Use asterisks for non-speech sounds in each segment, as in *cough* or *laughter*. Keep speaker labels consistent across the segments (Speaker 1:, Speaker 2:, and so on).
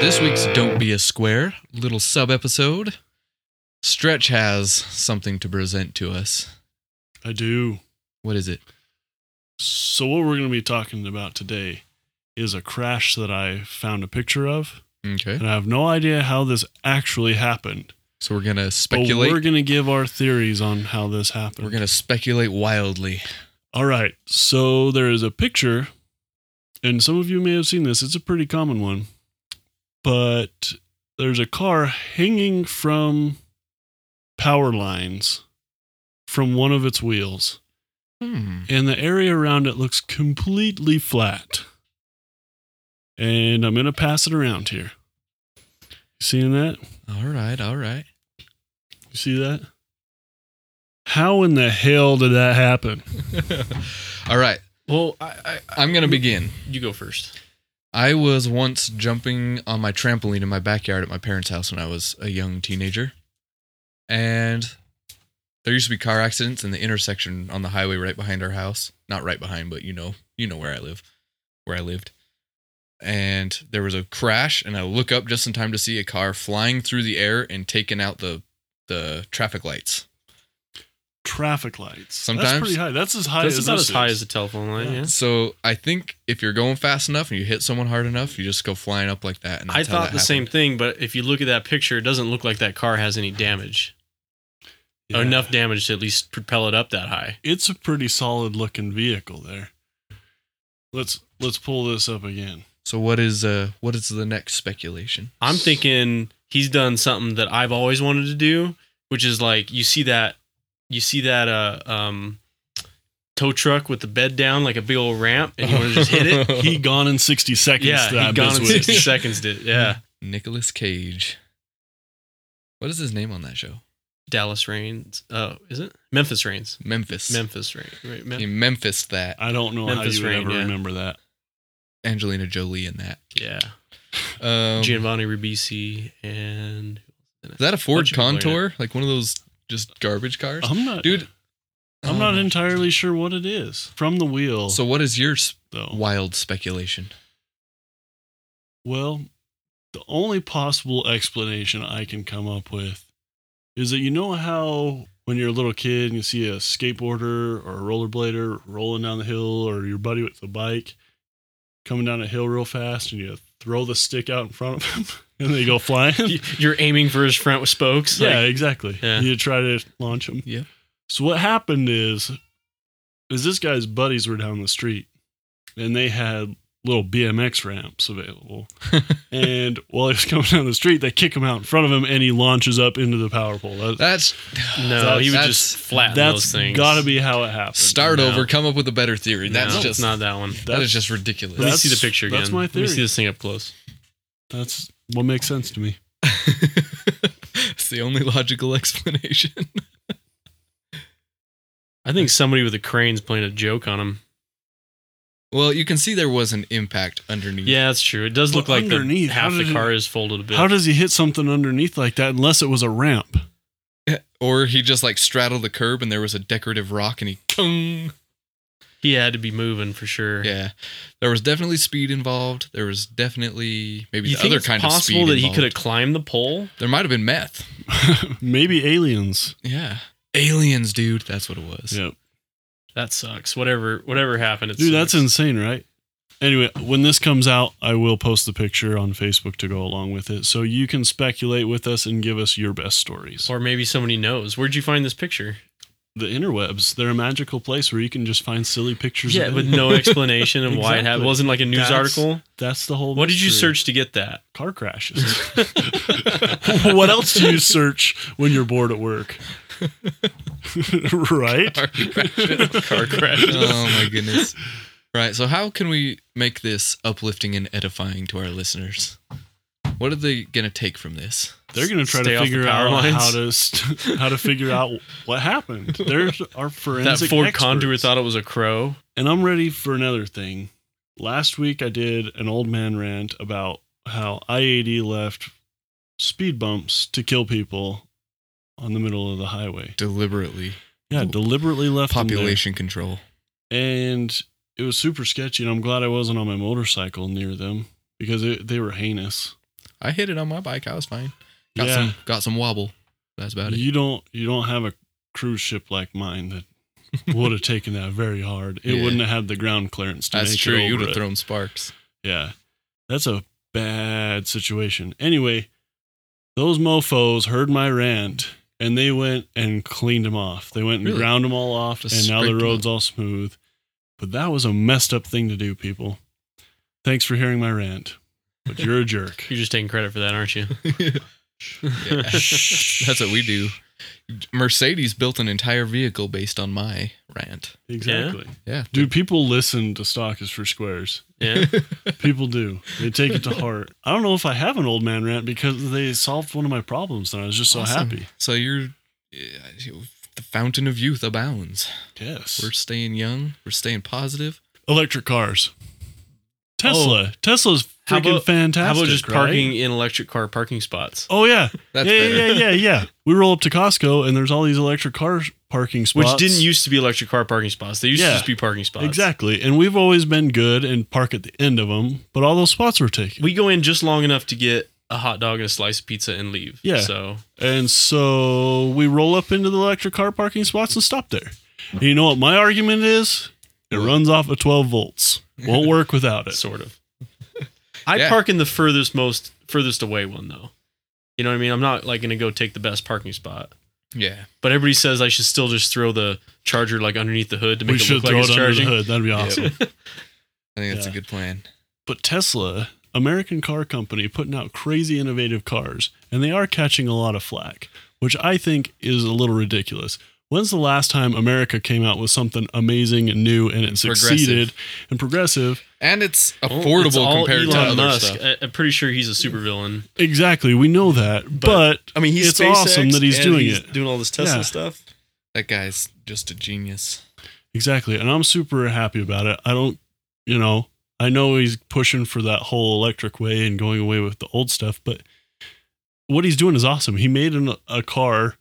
Speaker 1: this week's Don't Be a Square little sub episode, Stretch has something to present to us.
Speaker 2: I do.
Speaker 1: What is it?
Speaker 2: So, what we're going to be talking about today is a crash that I found a picture of,
Speaker 1: Okay.
Speaker 2: and I have no idea how this actually happened.
Speaker 1: So we're going to
Speaker 2: But
Speaker 1: speculate.
Speaker 2: we're
Speaker 1: We're,
Speaker 2: going to give our theories on how this happened.
Speaker 1: going to speculate wildly.
Speaker 2: All right. So, there is a picture, and some of you may have seen this. It's a pretty common one, but there's a car hanging from power lines from one of its wheels.
Speaker 1: Hmm.
Speaker 2: and the area around it looks completely flat. And I'm going to pass it around here. You seeing that?
Speaker 1: All right. All right.
Speaker 2: You see that? How in the hell did that happen?
Speaker 1: all right.
Speaker 3: Well, I, I,
Speaker 1: I'm going to begin.
Speaker 3: you go first.
Speaker 1: I was once jumping on my trampoline in my backyard at my parents' house when I was a young teenager. And there used to be car accidents in the intersection on the highway right behind our house. Not right behind, but you know, you know where I live, where I lived. And there was a crash and I look up just in time to see a car flying through the air and taking out the the traffic lights.
Speaker 2: Traffic lights.
Speaker 1: Sometimes-
Speaker 2: That's pretty high. That's as high
Speaker 3: That's
Speaker 2: as
Speaker 3: about
Speaker 2: this
Speaker 3: as high
Speaker 2: is.
Speaker 3: as the telephone line.
Speaker 2: Yeah.
Speaker 3: Yeah.
Speaker 1: So I think if you're going fast enough and you hit someone hard enough, you just go flying up like that. And
Speaker 3: I
Speaker 1: that's how
Speaker 3: thought the
Speaker 1: that
Speaker 3: same
Speaker 1: happened.
Speaker 3: thing, but if you look at that picture, it doesn't look like that car has any damage.
Speaker 2: Yeah.
Speaker 3: Enough damage to at least propel it up that high.
Speaker 2: It's a pretty solid looking vehicle there. Let's let's pull this up
Speaker 3: *laughs*
Speaker 2: again.
Speaker 1: So what is uh what is the next speculation?
Speaker 3: I'm thinking he's done something that I've always wanted to do, which is like you see that you see that uh um tow truck with the bed down like a big old ramp and you want to just hit
Speaker 1: *laughs*
Speaker 3: it.
Speaker 2: He gone in 60 *laughs* seconds.
Speaker 3: yeah,
Speaker 2: to that
Speaker 3: he gone in
Speaker 2: biscuit.
Speaker 3: 60 seconds did. Yeah.
Speaker 1: Nicholas Cage. What is his name on that show?
Speaker 3: Dallas Reigns. Oh, is it? Memphis Reigns.
Speaker 1: Memphis.
Speaker 3: Memphis Reigns. Right. Mem-
Speaker 1: He Memphis that.
Speaker 2: I don't know
Speaker 3: Memphis
Speaker 2: how you would
Speaker 3: rain,
Speaker 2: ever
Speaker 3: yeah.
Speaker 2: remember that.
Speaker 1: Angelina Jolie in that.
Speaker 3: yeah.
Speaker 1: Um,
Speaker 3: Giovanni Ribisi and
Speaker 1: is that a Ford
Speaker 3: Bunch of people are in
Speaker 1: Contour? Like one of those just garbage cars?
Speaker 3: Uh,
Speaker 2: I'm not
Speaker 1: Dude.
Speaker 2: I'm
Speaker 1: Um,
Speaker 2: not entirely sure what it is from the wheel.
Speaker 1: So what is your s-
Speaker 2: though,
Speaker 1: wild speculation?
Speaker 2: well, the only possible explanation I can come up with is that you know how when you're a little kid and you see a skateboarder or a rollerblader rolling down the hill, or your buddy with the bike coming down a hill real fast, and you throw the stick out in front of *laughs* him, and they go flying.
Speaker 3: You- you're aiming for his front with spokes.
Speaker 2: yeah,
Speaker 3: like-
Speaker 2: exactly.
Speaker 3: Yeah.
Speaker 2: You try to launch him.
Speaker 1: Yeah.
Speaker 2: So what happened is, is this guy's buddies were down the street, and they had little BMX ramps
Speaker 3: *laughs*
Speaker 2: available. and while he was coming down the street, they kick him out in front of him, and he launches up into the power pole. That,
Speaker 1: That's *sighs*
Speaker 3: no, he would
Speaker 1: that's-
Speaker 3: just flatten those
Speaker 2: that's
Speaker 3: things.
Speaker 2: got to be how it happened.
Speaker 1: start
Speaker 3: No.
Speaker 1: over, come up with a better theory. That's
Speaker 3: No, it's
Speaker 1: just
Speaker 3: not that one.
Speaker 1: that is
Speaker 2: That's-
Speaker 1: just
Speaker 3: Let me
Speaker 1: ridiculous.
Speaker 2: that's-
Speaker 3: see the picture again.
Speaker 2: that's my
Speaker 3: Let me see
Speaker 2: theory.
Speaker 3: this thing up close.
Speaker 2: That's what makes sense to me.
Speaker 3: *laughs*
Speaker 1: it's the only logical
Speaker 3: *laughs*
Speaker 1: explanation.
Speaker 3: I think somebody with a crane's playing a joke on him.
Speaker 1: well, you can see there was an impact underneath.
Speaker 3: Yeah, that's true. It does
Speaker 2: But
Speaker 3: look like the,
Speaker 2: underneath, how
Speaker 3: half the
Speaker 2: did it-
Speaker 3: car is folded a bit.
Speaker 2: How does he hit something underneath like that? Unless it was a ramp. *laughs*
Speaker 1: Or he just like straddled the curb and there was a decorative rock and he kung.
Speaker 3: he had to be moving for sure.
Speaker 1: Yeah. There was definitely speed involved. There was definitely maybe
Speaker 3: You
Speaker 1: the
Speaker 3: think
Speaker 1: other
Speaker 3: it's
Speaker 1: kind of
Speaker 3: possible
Speaker 1: speed.
Speaker 3: that he
Speaker 1: involved.
Speaker 3: could have climbed the pole?
Speaker 1: There might have been meth.
Speaker 2: Maybe aliens.
Speaker 1: Yeah. Aliens, dude. That's what it was.
Speaker 2: Yep.
Speaker 3: That sucks. Whatever, whatever happened. It
Speaker 2: Dude, that's
Speaker 3: sucks.
Speaker 2: insane, right? Anyway, when this comes out, I will post the picture on Facebook to go along with it. So you can speculate with us and give us your best stories.
Speaker 3: Or maybe somebody knows. Where'd you find this picture?
Speaker 2: The interwebs, they're a magical place where you can just find silly pictures
Speaker 3: Yeah,
Speaker 2: of
Speaker 3: with
Speaker 2: anything.
Speaker 3: no explanation of why it happened.
Speaker 2: Exactly.
Speaker 3: It wasn't like a news
Speaker 2: That's-
Speaker 3: article.
Speaker 2: That's the whole
Speaker 3: What did you
Speaker 2: mystery.
Speaker 3: search to get that?
Speaker 2: Car
Speaker 3: *laughs*
Speaker 2: crashes. *laughs* what else do you search when you're bored at work? *laughs* right?
Speaker 1: Car crashes.
Speaker 2: *laughs*
Speaker 3: Car crashes.
Speaker 1: *laughs* oh my goodness. Right. So how can we make this uplifting and edifying to our listeners? What are they gonna take from this?
Speaker 2: They're going to try
Speaker 3: Stay
Speaker 2: to
Speaker 3: off the
Speaker 2: figure
Speaker 3: power
Speaker 2: out
Speaker 3: lines.
Speaker 2: how to st- how to figure out what happened. There's our
Speaker 3: That
Speaker 2: forensic
Speaker 3: Ford
Speaker 2: experts.
Speaker 3: Condor thought it was a crow.
Speaker 2: And I'm ready for another thing. Last week I did an old man rant about how IAD left speed bumps to kill people on the middle of the highway.
Speaker 1: Deliberately.
Speaker 2: Yeah,
Speaker 1: Ooh.
Speaker 2: deliberately left them there.
Speaker 1: Population control.
Speaker 2: And it was super sketchy, and I'm glad I wasn't on my motorcycle near them because it, they were heinous.
Speaker 1: I hit it on my bike. I was fine. Got
Speaker 2: yeah,
Speaker 1: some got some wobble. That's about it.
Speaker 2: you don't you don't have a cruise ship like mine
Speaker 1: *laughs*
Speaker 2: that would have taken that very hard. It
Speaker 1: Yeah.
Speaker 2: wouldn't have had the ground clearance to
Speaker 1: That's
Speaker 2: make
Speaker 1: true.
Speaker 2: it over
Speaker 1: You would have
Speaker 2: it.
Speaker 1: thrown
Speaker 2: *laughs*
Speaker 1: sparks.
Speaker 2: Yeah. That's a bad situation. Anyway, those mofos heard my rant and they went and cleaned them off. They went and
Speaker 1: Really?
Speaker 2: ground them all off
Speaker 1: Just
Speaker 2: and now the
Speaker 1: scraped 'em
Speaker 2: road's all smooth. But that was a messed up thing to do, people. Thanks for hearing my rant. But you're a jerk.
Speaker 3: You're just taking credit for that, aren't you?
Speaker 1: *laughs* Yeah. *laughs* That's what we do. Mercedes built an entire vehicle based on my rant.
Speaker 2: Exactly.
Speaker 1: *laughs* Yeah.
Speaker 2: Dude, people listen to Stock is for Squares.
Speaker 3: Yeah.
Speaker 1: *laughs*
Speaker 2: People do. They take it to heart. I don't know if I have an old man rant because they solved one of my problems and I was just so
Speaker 1: Awesome.
Speaker 2: happy.
Speaker 1: So you're yeah, the fountain of youth abounds.
Speaker 2: Yes.
Speaker 1: We're staying young. We're staying positive.
Speaker 2: electric cars. Tesla. Tesla's
Speaker 3: Oh. How
Speaker 2: freaking
Speaker 3: about-
Speaker 2: fantastic.
Speaker 3: How about just
Speaker 2: right?
Speaker 3: parking in electric car parking spots?
Speaker 2: Oh yeah.
Speaker 1: That's
Speaker 2: yeah,
Speaker 1: better.
Speaker 2: yeah, yeah, yeah, yeah. We roll up to Costco and there's all these electric car parking
Speaker 3: Which
Speaker 2: spots.
Speaker 3: didn't used to be electric car parking spots. They used
Speaker 2: Yeah.
Speaker 3: to just be parking spots.
Speaker 2: Exactly. And we've always been good and park at the end of them, but all those spots were taken.
Speaker 3: We go in just long enough to get a hot dog and a slice of pizza and leave.
Speaker 2: Yeah.
Speaker 3: So
Speaker 2: And so we roll up into the electric car parking spots and stop there. And you know what my argument is? It
Speaker 1: What?
Speaker 2: runs off of 12 volts. Won't work without it.
Speaker 3: sort of.
Speaker 1: *laughs*
Speaker 3: I
Speaker 1: Yeah.
Speaker 3: park in the furthest most furthest away one though. You know what I mean? I'm not like gonna go take the best parking spot.
Speaker 1: Yeah.
Speaker 3: But everybody says I should still just throw the charger like underneath the hood to make
Speaker 2: we
Speaker 3: it
Speaker 2: should
Speaker 3: look
Speaker 2: throw
Speaker 3: like it's
Speaker 2: it under the
Speaker 3: charging.
Speaker 2: hood. That'd be
Speaker 1: Yeah.
Speaker 2: awesome.
Speaker 1: I think that's
Speaker 2: Yeah.
Speaker 1: a good plan.
Speaker 2: But Tesla, American car company, putting out crazy innovative cars, and they are catching a lot of flack, which I think is a little ridiculous. When's the last time America came out with something amazing and new and it
Speaker 1: And
Speaker 2: succeeded and progressive?
Speaker 1: And it's
Speaker 2: Oh,
Speaker 3: Well,
Speaker 1: affordable
Speaker 3: it's all
Speaker 1: compared to
Speaker 3: Elon
Speaker 1: other
Speaker 3: Musk.
Speaker 1: stuff.
Speaker 3: I, am pretty sure he's a supervillain.
Speaker 2: Exactly, we know that, but,
Speaker 1: I mean, he's
Speaker 2: it's awesome that he's doing it.
Speaker 3: doing all this
Speaker 2: Tesla Yeah.
Speaker 3: stuff.
Speaker 1: That guy's just a genius.
Speaker 2: Exactly, and I'm super happy about it. I don't, you know, I know he's pushing for that whole electric way and going away with the old stuff, but what he's doing is awesome. He made an, a car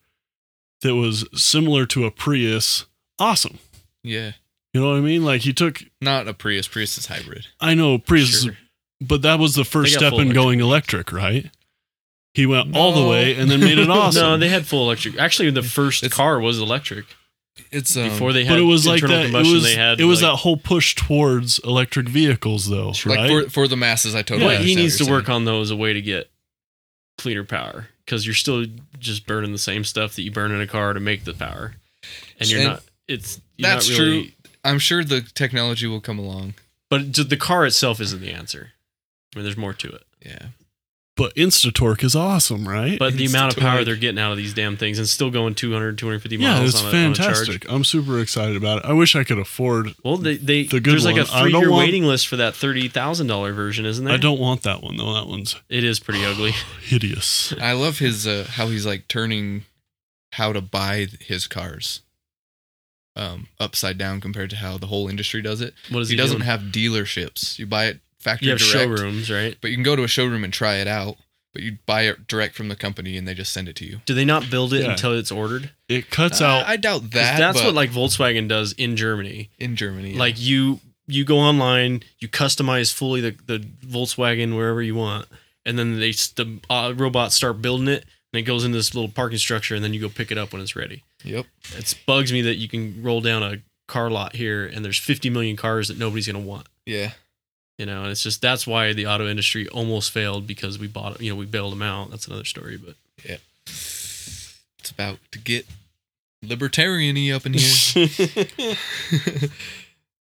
Speaker 2: that was similar to a Prius. Awesome.
Speaker 1: Yeah.
Speaker 2: You know what I mean? Like he took,
Speaker 1: Not a Prius. Prius is hybrid.
Speaker 2: I know Prius,
Speaker 1: Sure.
Speaker 2: but that was the first
Speaker 3: got
Speaker 2: step
Speaker 3: full
Speaker 2: in
Speaker 3: electric.
Speaker 2: going electric, right? He went all the
Speaker 1: No.
Speaker 2: way and then made
Speaker 3: *laughs*
Speaker 2: it awesome.
Speaker 3: No, they had full electric. Actually, the first
Speaker 1: It's-
Speaker 3: car was electric
Speaker 1: It's um,
Speaker 3: before they had
Speaker 2: but it was like
Speaker 3: internal
Speaker 2: that. It
Speaker 3: combustion.
Speaker 2: was,
Speaker 3: they had
Speaker 2: it was
Speaker 3: like,
Speaker 2: that whole push towards electric vehicles, though,
Speaker 1: like
Speaker 2: right?
Speaker 1: for, for the masses. I totally.
Speaker 3: What he
Speaker 1: understand
Speaker 3: needs
Speaker 1: what
Speaker 3: to
Speaker 1: you're
Speaker 3: work on though is a way to get cleaner power because you're still just burning the same stuff that you burn in a car to make the power, and you're
Speaker 1: And
Speaker 3: not. It's you're
Speaker 1: that's
Speaker 3: not really,
Speaker 1: true. I'm sure the technology will come along.
Speaker 3: But d- the car itself isn't the answer. I mean, there's more to it.
Speaker 1: Yeah.
Speaker 2: but Instatorque is awesome, right?
Speaker 3: But the
Speaker 1: It's
Speaker 3: amount of
Speaker 1: the
Speaker 3: power
Speaker 1: torque.
Speaker 3: they're getting out of these damn things and still going 200, 250
Speaker 2: yeah,
Speaker 3: miles
Speaker 2: it's
Speaker 3: on, a, on a charge.
Speaker 2: fantastic. I'm super excited about it. I wish I could afford.
Speaker 3: Well, they, they
Speaker 2: The good
Speaker 3: there's like a
Speaker 2: one. I don't
Speaker 3: three year
Speaker 2: want-
Speaker 3: waiting list for that thirty thousand dollar version, isn't there?
Speaker 2: I don't want that one though. That one's
Speaker 3: It
Speaker 2: *sighs*
Speaker 3: is pretty ugly. *laughs*
Speaker 2: hideous.
Speaker 1: I love his uh, how he's like turning how to buy his cars um, upside down compared to how the whole industry does it.
Speaker 3: What is
Speaker 1: He
Speaker 3: he,
Speaker 1: doesn't
Speaker 3: doing?
Speaker 1: have dealerships. You buy it factory
Speaker 3: You have
Speaker 1: direct,
Speaker 3: showrooms, right?
Speaker 1: but you can go to a showroom and try it out. But you buy it direct from the company and they just send it to you.
Speaker 3: Do they not build it
Speaker 2: Yeah.
Speaker 3: until it's ordered?
Speaker 2: It cuts
Speaker 3: Uh,
Speaker 1: I-
Speaker 2: out.
Speaker 1: I doubt
Speaker 3: 'Cause
Speaker 1: that.
Speaker 3: that's
Speaker 1: but
Speaker 3: what like Volkswagen does in Germany.
Speaker 1: in Germany. yeah.
Speaker 3: Like you you go online, you customize fully the, the Volkswagen wherever you want, and then they s- the uh, robots start building it, and it goes into this little parking structure, and then you go pick it up when it's ready.
Speaker 1: yep.
Speaker 3: It bugs me that you can roll down a car lot here, and there's 50 million cars that nobody's gonna want.
Speaker 1: Yeah.
Speaker 3: You know, and it's just that's why the auto industry almost failed because we bought, you know, we bailed them out. That's another story, but
Speaker 1: It's about to get libertarian y
Speaker 3: *laughs*
Speaker 1: up in here.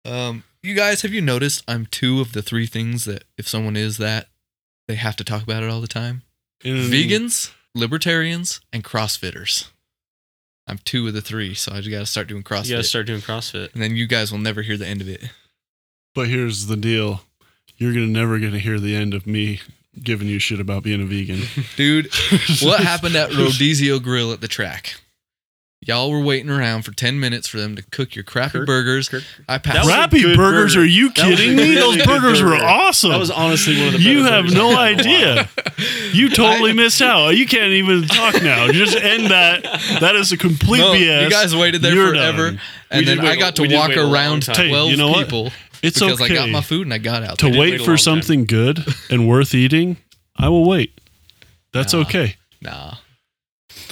Speaker 1: um, you guys, have you noticed I'm two of the three things that if someone is that, they have to talk about it all the time?
Speaker 3: Mm.
Speaker 2: in-
Speaker 1: Vegans, libertarians, and CrossFitters. I'm two of the three, so I just got to start doing CrossFit.
Speaker 3: you gotta start
Speaker 1: *laughs*
Speaker 3: doing CrossFit.
Speaker 1: and then you guys will never hear the end of it.
Speaker 2: But here's the deal: you're gonna never gonna hear the end of me giving you shit about being a vegan.
Speaker 3: *laughs*
Speaker 1: Dude, what happened at Rodizio Grill at the track? Y'all were waiting around for 10 minutes for them to cook your crappy
Speaker 3: Kirk-
Speaker 1: burgers.
Speaker 3: Kirk-
Speaker 1: I
Speaker 3: That
Speaker 1: passed
Speaker 3: was a
Speaker 2: Crappy
Speaker 3: good
Speaker 2: burgers?
Speaker 3: burger.
Speaker 2: Are you
Speaker 3: That was
Speaker 2: kidding
Speaker 3: a
Speaker 2: me?
Speaker 3: really
Speaker 2: Those
Speaker 3: good
Speaker 2: burgers were
Speaker 3: burger.
Speaker 2: awesome.
Speaker 3: That was honestly one of the
Speaker 2: you
Speaker 3: better
Speaker 2: have
Speaker 3: burgers
Speaker 2: no
Speaker 3: I've had in a while.
Speaker 2: idea.
Speaker 3: *laughs*
Speaker 2: You totally
Speaker 1: I-
Speaker 2: missed out. You can't even talk now. Just end that. That is a complete
Speaker 1: No,
Speaker 2: BS.
Speaker 1: You guys waited there
Speaker 2: You're
Speaker 1: forever,
Speaker 2: done.
Speaker 1: and
Speaker 3: We did
Speaker 1: then I
Speaker 3: wait a-
Speaker 1: got to
Speaker 3: we did
Speaker 1: walk
Speaker 3: wait a long
Speaker 1: around
Speaker 3: time.
Speaker 2: Hey,
Speaker 1: twelve
Speaker 2: you know what?
Speaker 1: people
Speaker 2: it's
Speaker 1: because
Speaker 2: okay.
Speaker 1: I got my food and I got out.
Speaker 2: to
Speaker 1: there.
Speaker 3: did wait
Speaker 2: wait
Speaker 3: a
Speaker 2: for
Speaker 3: long
Speaker 2: something good and worth eating, I will wait. That's
Speaker 1: Nah.
Speaker 2: okay.
Speaker 1: Nah,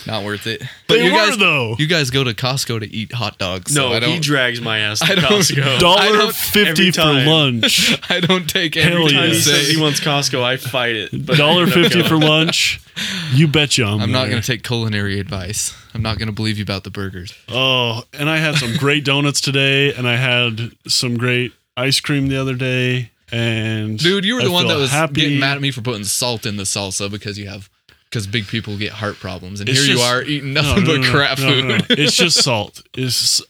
Speaker 1: not worth it.
Speaker 2: But they
Speaker 1: you
Speaker 2: were
Speaker 1: guys,
Speaker 2: though.
Speaker 1: you guys go to Costco to eat hot dogs. so
Speaker 3: No,
Speaker 1: I
Speaker 3: he
Speaker 1: don't.
Speaker 3: drags my ass to
Speaker 1: *laughs* I don't-
Speaker 3: Costco.
Speaker 1: I
Speaker 2: Dollar
Speaker 1: don't-
Speaker 2: fifty
Speaker 3: every
Speaker 2: for
Speaker 3: time.
Speaker 2: lunch.
Speaker 1: *laughs* I don't take every
Speaker 2: Hell
Speaker 1: time
Speaker 3: Anytime
Speaker 1: you
Speaker 3: he
Speaker 2: yes.
Speaker 3: says he
Speaker 1: say.
Speaker 3: wants Costco, I fight it. but-
Speaker 2: Dollar fifty for lunch. You betcha I'm,
Speaker 1: I'm not
Speaker 2: there.
Speaker 1: gonna take culinary advice. I'm not gonna believe you about the burgers.
Speaker 2: Oh, and I had some great donuts today, and I had some great ice cream the other day. And
Speaker 1: Dude, you were
Speaker 2: I
Speaker 1: the one
Speaker 2: feel
Speaker 1: that was
Speaker 2: happy.
Speaker 1: getting mad at me for putting salt in the salsa because you have because big people get heart problems, and
Speaker 2: It's
Speaker 1: here you
Speaker 2: just-
Speaker 1: are eating
Speaker 2: No,
Speaker 1: nothing
Speaker 2: no,
Speaker 1: but
Speaker 2: no, no,
Speaker 1: crap
Speaker 2: no, no, no.
Speaker 1: food.
Speaker 2: It's just salt. It's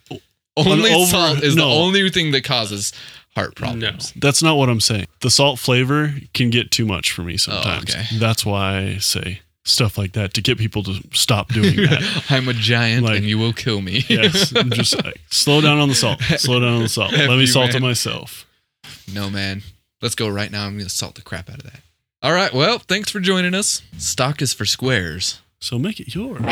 Speaker 1: only
Speaker 2: An over-
Speaker 1: salt is
Speaker 2: no.
Speaker 1: the only thing that causes heart problems.
Speaker 2: that's not what I'm saying. The salt flavor can get too much for me sometimes.
Speaker 1: Oh, okay.
Speaker 2: That's why I say stuff like that to get people to stop doing that.
Speaker 1: *laughs* I'm a giant,
Speaker 2: Like-
Speaker 1: and you will kill me.
Speaker 2: yes, I'm just like, slow down on the salt. Slow down on
Speaker 1: *laughs*
Speaker 2: the salt. Let
Speaker 1: F
Speaker 2: me
Speaker 1: you,
Speaker 2: salt it
Speaker 1: man.
Speaker 2: myself.
Speaker 1: *laughs* No, man. Let's go right now. I'm gonna salt the crap out of that. All right. Well, thanks for joining us. Stock is for squares.
Speaker 2: So make it yours.